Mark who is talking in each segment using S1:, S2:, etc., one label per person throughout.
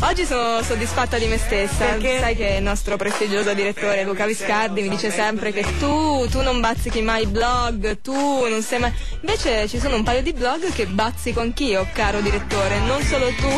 S1: Oggi sono soddisfatta di me stessa,
S2: Perché?
S1: sai che il nostro prestigioso direttore Luca Viscardi mi dice sempre che tu, tu non bazzichi mai i blog, tu non sei mai... Invece ci sono un paio di blog che bazzico anch'io, oh, caro direttore, non solo tu.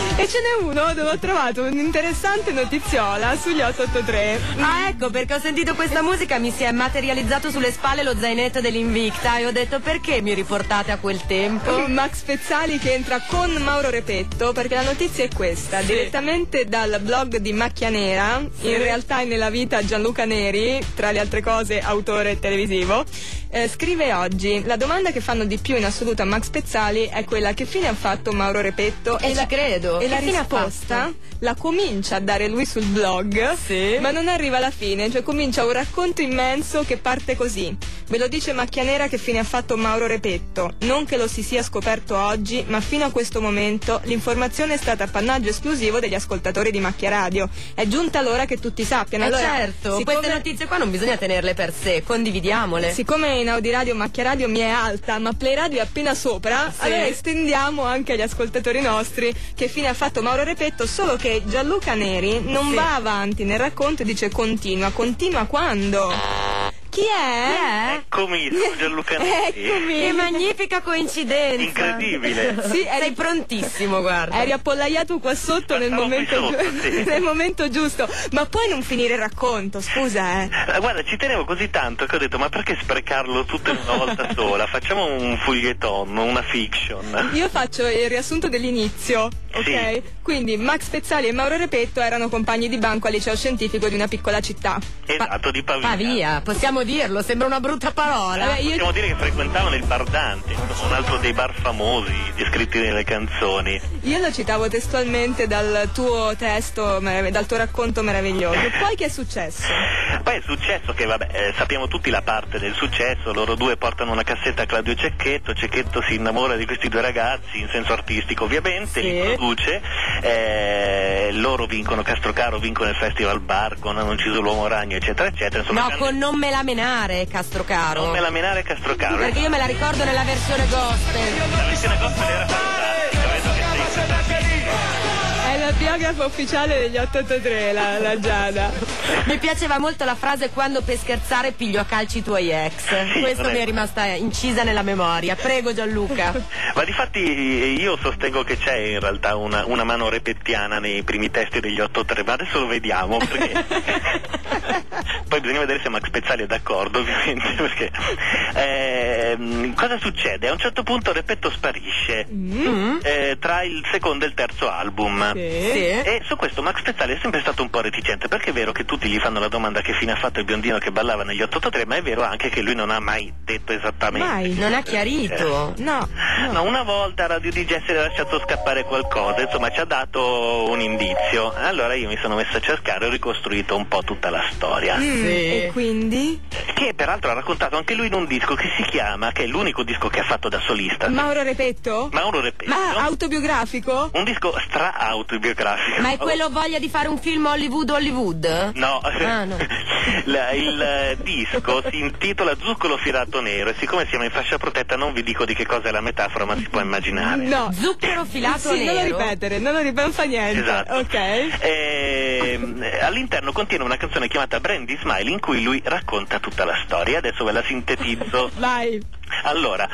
S1: E ce n'è uno dove ho trovato un'interessante notiziola sugli 883.
S2: Ah ecco, perché ho sentito questa musica mi si è materializzato sulle spalle lo zainetto dell'Invicta e ho detto perché mi riportate a quel tempo?
S1: Max Pezzali che entra con Mauro Repetto perché la notizia è questa direttamente dal blog di Macchia Nera in realtà è nella vita Gianluca Neri tra le altre cose autore televisivo eh, scrive oggi la domanda che fanno di più in assoluto a Max Pezzali è quella che fine ha fatto Mauro Repetto
S2: E ci
S1: la,
S2: credo.
S1: e la
S2: Che fine ha
S1: risposta
S2: fatto?
S1: la comincia a dare lui sul blog
S2: Sì.
S1: ma non arriva alla fine cioè comincia un racconto immenso che parte così Ve lo dice Macchia Nera che fine ha fatto Mauro Repetto. Non che lo si sia scoperto oggi, ma fino a questo momento l'informazione è stata appannaggio esclusivo degli ascoltatori di Macchia Radio. È giunta l'ora che tutti sappiano.
S2: Eh
S1: Allora,
S2: certo,
S1: siccome-
S2: queste notizie qua non bisogna tenerle per sé, condividiamole.
S1: Siccome in Audiradio Macchia Radio mi è alta, ma Play Radio è appena sopra,
S2: Sì.
S1: allora estendiamo anche agli ascoltatori nostri che fine ha fatto Mauro Repetto, solo che Gianluca Neri non
S2: Sì.
S1: va avanti nel racconto e dice continua, continua quando? Chi è?
S3: Eccomi, sono Gianluca Neri.
S1: Eccomi!
S2: Che magnifica coincidenza!
S3: Incredibile.
S1: Sì, eri-
S2: Sei prontissimo, guarda.
S1: Eri appollaiato qua sotto nel
S3: Stavo qui
S1: momento,
S3: sotto,
S1: giu-
S3: sì.
S1: nel momento giusto. Ma puoi non finire il racconto, scusa, eh.
S3: Eh, Guarda, ci tenevo così tanto che ho detto, ma perché sprecarlo tutto in una volta sola? Facciamo un foglietton, una fiction.
S1: Io faccio il riassunto dell'inizio, ok?
S3: Sì.
S1: Quindi Max Pezzali e Mauro Repetto erano compagni di banco al liceo scientifico di una piccola città.
S3: Esatto, di Pavia.
S2: Pavia, possiamo dirlo, sembra una brutta parola.
S1: Vabbè, io-
S3: Possiamo dire che frequentavano il Bar Dante, un altro dei bar famosi descritti nelle canzoni.
S1: Io lo citavo testualmente dal tuo testo, merav- dal tuo racconto meraviglioso.
S3: Eh.
S1: Poi che è successo?
S3: Poi è successo che, vabbè, eh, sappiamo tutti la parte del successo, loro due portano una cassetta a Claudio Cecchetto, Cecchetto si innamora di questi due ragazzi, in senso artistico ovviamente,
S2: Sì.
S3: li produce, eh, loro vincono Castrocaro, vincono il Festival Bar, con Non ucciso l'uomo ragno, eccetera, eccetera. Insomma,
S2: No,
S3: grande-
S2: con non me la menare, Castrocaro.
S3: Non me la menare Castrocaro.
S2: Perché io me la ricordo nella versione gospel.
S3: La versione gospel era fantastica, vedo che sei
S1: È la biografo ufficiale degli 883, la, la Giada.
S2: Mi piaceva molto la frase quando per scherzare piglio a calci i tuoi ex.
S3: Sì,
S2: Questo
S3: vabbè.
S2: mi è rimasta incisa nella memoria. Prego Gianluca.
S3: Ma difatti io sostengo che c'è in realtà una, una mano repettiana nei primi testi degli 8-3, ma adesso lo vediamo perché... Poi bisogna vedere se Max Pezzali è d'accordo ovviamente perché... Ehm, cosa succede? A un certo punto Repetto sparisce
S2: Mm?
S3: eh, tra il secondo e il terzo album.
S2: Sì.
S3: E su questo Max Pezzali è sempre stato un po' reticente, perché è vero che tutti gli fanno la domanda che fine ha fatto il biondino che ballava negli 883, ma è vero anche che lui non ha mai detto esattamente. Eh,
S1: Mai.
S2: Non ha chiarito.
S1: No.
S3: No, una volta Radio DJ si era lasciato scappare qualcosa, insomma ci ha dato un indizio. Allora io mi sono messo a cercare e ho ricostruito un po' tutta la storia.
S1: Mm, E quindi?
S3: Che peraltro ha raccontato anche lui in un disco che si chiama, che è l'unico disco che ha fatto da solista.
S1: Mauro Repetto?
S3: Mauro Repetto.
S1: Ma autobiografico?
S3: Un disco stra-autobiografico.
S2: Ma è quello voglia di fare un film Hollywood Hollywood?
S3: No,
S2: Ah, no.
S3: La- il eh, disco si intitola Zuccolo filato nero e siccome siamo in fascia protetta non vi dico di che cosa è la metafora, ma si può immaginare.
S1: No.
S2: Zucchero filato
S1: sì, non lo
S2: nero.
S1: ripetere, non lo ripetere, non fa niente.
S3: Esatto.
S1: Ok.
S3: Ehm, eh, all'interno contiene una canzone chiamata Brandy Smile in cui lui racconta tutta la storia. Adesso ve la sintetizzo.
S1: Vai.
S3: Allora,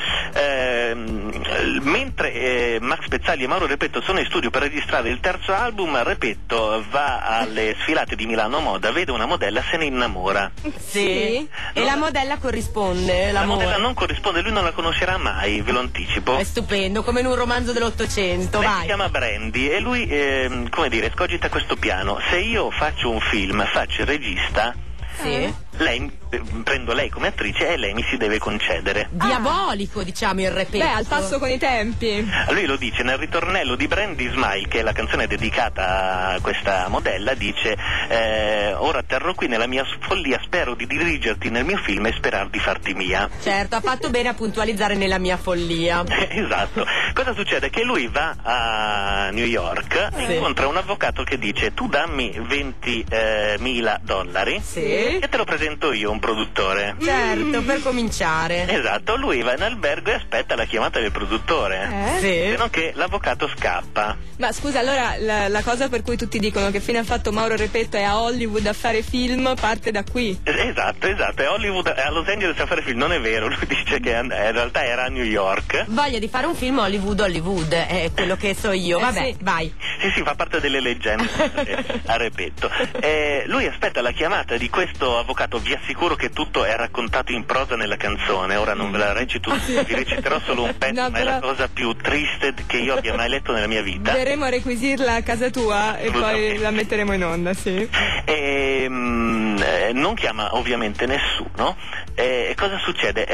S3: ehm, mentre eh, Max Pezzali e Mauro Repetto sono in studio per registrare il terzo album, Repetto va alle sfilate di Milano Moda, vede una modella, se ne innamora.
S2: Sì. E la modella corrisponde,
S3: La
S2: l'amore.
S3: modella non corrisponde, lui non la conoscerà mai, ve lo anticipo.
S2: È stupendo, come in un romanzo dell'Ottocento,
S3: Lei
S2: vai.
S3: si chiama Brandy e lui, ehm, come dire, scogita questo piano. Se io faccio un film, faccio il regista,
S2: Sì.
S3: lei, eh, prendo lei come attrice e lei mi si deve concedere.
S2: Diabolico, diciamo, il repetto.
S1: Beh, al passo con i tempi.
S3: Lui lo dice nel ritornello di Brandy Smile, che è la canzone dedicata a questa modella, dice eh, ora terrò qui nella mia follia, spero di dirigerti nel mio film e sperar di farti mia.
S2: Certo, ha fatto bene a puntualizzare nella mia follia.
S3: Esatto. Cosa succede? Che lui va a New York e
S2: Sì.
S3: incontra un avvocato che dice tu dammi 20.000 eh, dollari
S2: Sì.
S3: e te lo presento io un produttore.
S2: Certo, per cominciare.
S3: Esatto, lui va in albergo e aspetta la chiamata del produttore.
S1: Eh?
S3: Se
S2: Sì.
S3: non che l'avvocato scappa.
S1: Ma scusa, allora la, la cosa per cui tutti dicono che fine ha fatto Mauro Repetto è a Hollywood a fare film parte da qui.
S3: Es- Esatto, esatto, è Hollywood, è a Los Angeles a fare film, non è vero, lui dice che and- in realtà era a New York.
S2: Voglia di fare un film Hollywood Hollywood, è quello che so io.
S1: Eh,
S2: Vabbè,
S1: sì.
S2: vai.
S3: Sì, sì, fa parte delle leggende, eh, a ripeto. Eh, lui aspetta la chiamata di questo avvocato, vi assicuro che tutto è raccontato in prosa nella canzone, ora non ve la recito, vi reciterò solo un pezzo,
S1: Ah, No,
S3: ma è la
S1: però-
S3: cosa più triste che io abbia mai letto nella mia vita.
S1: Verremo a requisirla a casa tua e poi
S3: Assolutamente.
S1: la metteremo in onda, sì.
S3: E, mm, eh, non chiama ovviamente nessuno. E cosa succede?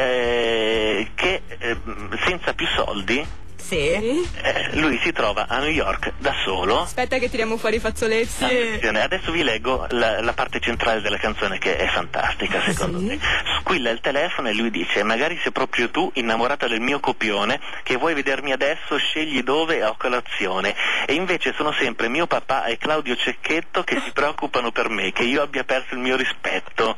S3: Eh, che eh, mm, senza più soldi
S2: Sì.
S3: eh, lui si trova a New York da solo.
S1: Aspetta che tiriamo fuori i fazzoletti.
S3: Attenzione, Adesso vi leggo la, la parte centrale della canzone che è fantastica secondo
S1: Sì.
S3: me. Squilla il telefono e lui dice magari sei proprio tu innamorata del mio copione che vuoi vedermi adesso scegli dove e ho colazione e invece sono sempre mio papà e Claudio Cecchetto che si preoccupano per me, che io abbia perso il mio rispetto.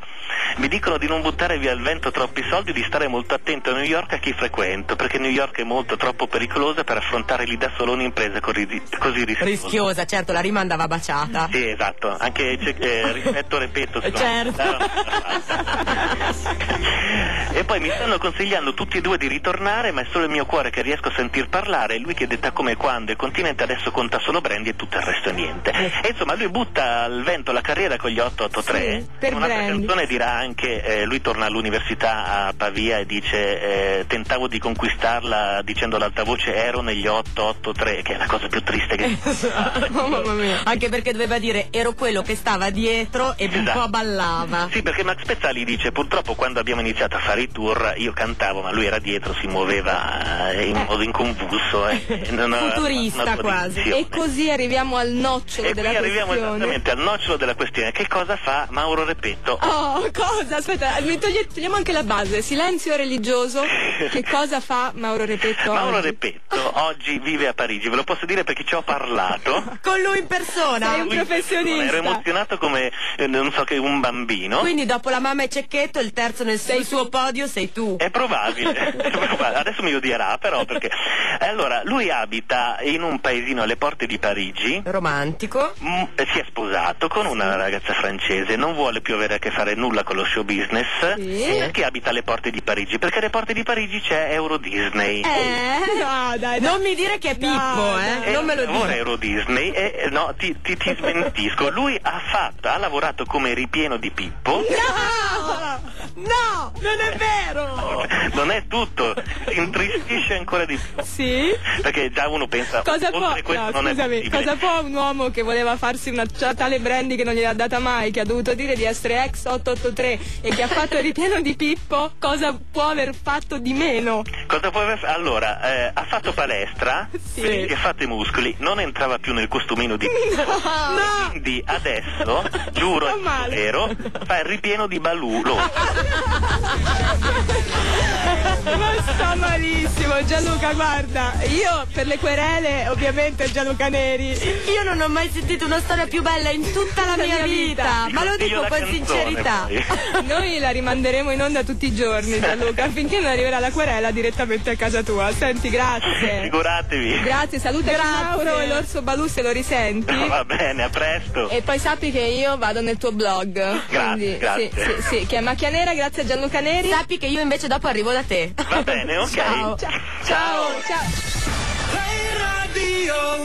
S3: Mi dicono di non buttare via al vento troppi soldi, di stare molto attento a New York e a chi frequento, perché New York è molto troppo pericolosa per affrontare lì da solo un'impresa così, così rischiosa.
S2: Rischiosa, certo, la rima andava baciata.
S3: Sì, esatto, anche c'è- eh, rispetto ripeto. sono-
S2: Certo.
S3: e poi mi stanno consigliando tutti e due di ritornare, ma è solo il mio cuore che riesco a sentir parlare, lui che detta come quando e continente adesso conta solo Brandy e tutto il resto è niente. E insomma lui butta al vento la carriera con gli 883.
S1: Sì, per
S3: In un'altra
S1: Brandy.
S3: canzone dirà anche eh, lui torna all'università a Pavia e dice eh, tentavo di conquistarla dicendo ad alta voce ero negli 883, che è la cosa più triste che
S1: Oh mamma mia.
S2: Anche perché doveva dire ero quello che stava dietro e un
S3: Esatto.
S2: po' ballava.
S3: Sì, perché Max Pezzali dice purtroppo quando abbiamo iniziato a fare i tour io cantavo ma lui era dietro, si muoveva eh, in modo inconvulso. eh, e non aveva
S2: Futurista
S3: una sua
S2: quasi.
S3: direzione.
S1: E così arriviamo al nocciolo
S3: E qui
S1: della
S3: arriviamo
S1: questione.
S3: esattamente al nocciolo della questione. Che cosa fa Mauro Repetto?
S1: Oh, cosa? Aspetta, mi toglie- togliamo anche la base. Silenzio religioso. Che cosa fa Mauro Repetto?
S3: Mauro
S1: oggi?
S3: Repetto oggi vive a Parigi, ve lo posso dire perché ci ho parlato.
S2: Con lui in
S1: Sei
S2: persona.
S1: un
S3: Lui-
S1: professionista.
S3: Ero emozionato come, eh, non so che, un bambino.
S2: Quindi dopo la mamma e Cecchetto, il terzo nel sul suo podio sei tu.
S1: Eh.
S3: È probabile, è probabile. adesso mi odierà però perché... Allora, lui abita in un paesino alle porte di Parigi,
S2: Romantico.
S1: Oh.
S3: Mm, eh, si è sposato con una ragazza francese, non vuole più avere a che fare nulla con lo show business
S1: Sì.
S3: perché abita alle porte di Parigi, perché alle porte di Parigi c'è Euro Disney.
S2: Eh?
S1: No, dai, no.
S2: Non mi dire che è Pippo,
S1: No,
S2: eh.
S1: dai.
S2: Non me lo
S3: Ora
S2: dire.
S3: Euro Disney, eh, eh, no, ti, ti- ti smentisco. Lui ha fatto, ha lavorato come ripieno di Pippo.
S2: No! No! Non è vero!
S3: Non è tutto, intristisce ancora di più.
S1: Sì?
S3: Perché già uno pensa
S1: Cosa
S3: oltre
S1: può,
S3: questo
S1: no,
S3: non è
S1: scusami,
S3: possibile.
S1: cosa può un uomo che voleva farsi una c- tale brandy che non gliel'ha data mai, che ha dovuto dire di essere ex 883 e che ha fatto il ripieno di Pippo, cosa può aver fatto di meno?
S3: Cosa può aver fatto? Allora, eh, ha fatto palestra,
S1: Sì.
S3: perché ha fatto i muscoli, non entrava più nel costumino di
S1: No!
S3: Quindi adesso, giuro,
S1: Fa
S3: è
S1: male.
S3: vero, fa il ripieno di Balù. Lo-
S2: Ah,
S1: Ma sta malissimo, Gianluca, guarda, io per le querele ovviamente Gianluca Neri.
S2: Io non ho mai sentito una storia più bella in tutta la mia vita, ma lo dico
S3: Io la
S2: con
S3: canzone,
S2: sincerità.
S3: poi.
S1: Noi la rimanderemo in onda tutti i giorni, Gianluca, finché non arriverà la querela direttamente a casa tua. Senti, grazie.
S3: Figuratevi.
S1: Grazie, saluta
S2: Grazie.
S1: Mauro e l'orso Balù se lo risenti.
S3: Va bene, a presto.
S1: E poi sappi che io vado nel tuo blog. quindi,
S3: grazie.
S1: Sì, sì, sì, che è Macchia Nera, grazie a Gianluca Neri.
S2: Sappi che io invece dopo arrivo da te.
S3: Va bene, ok.
S2: Ciao.
S1: ciao. ciao.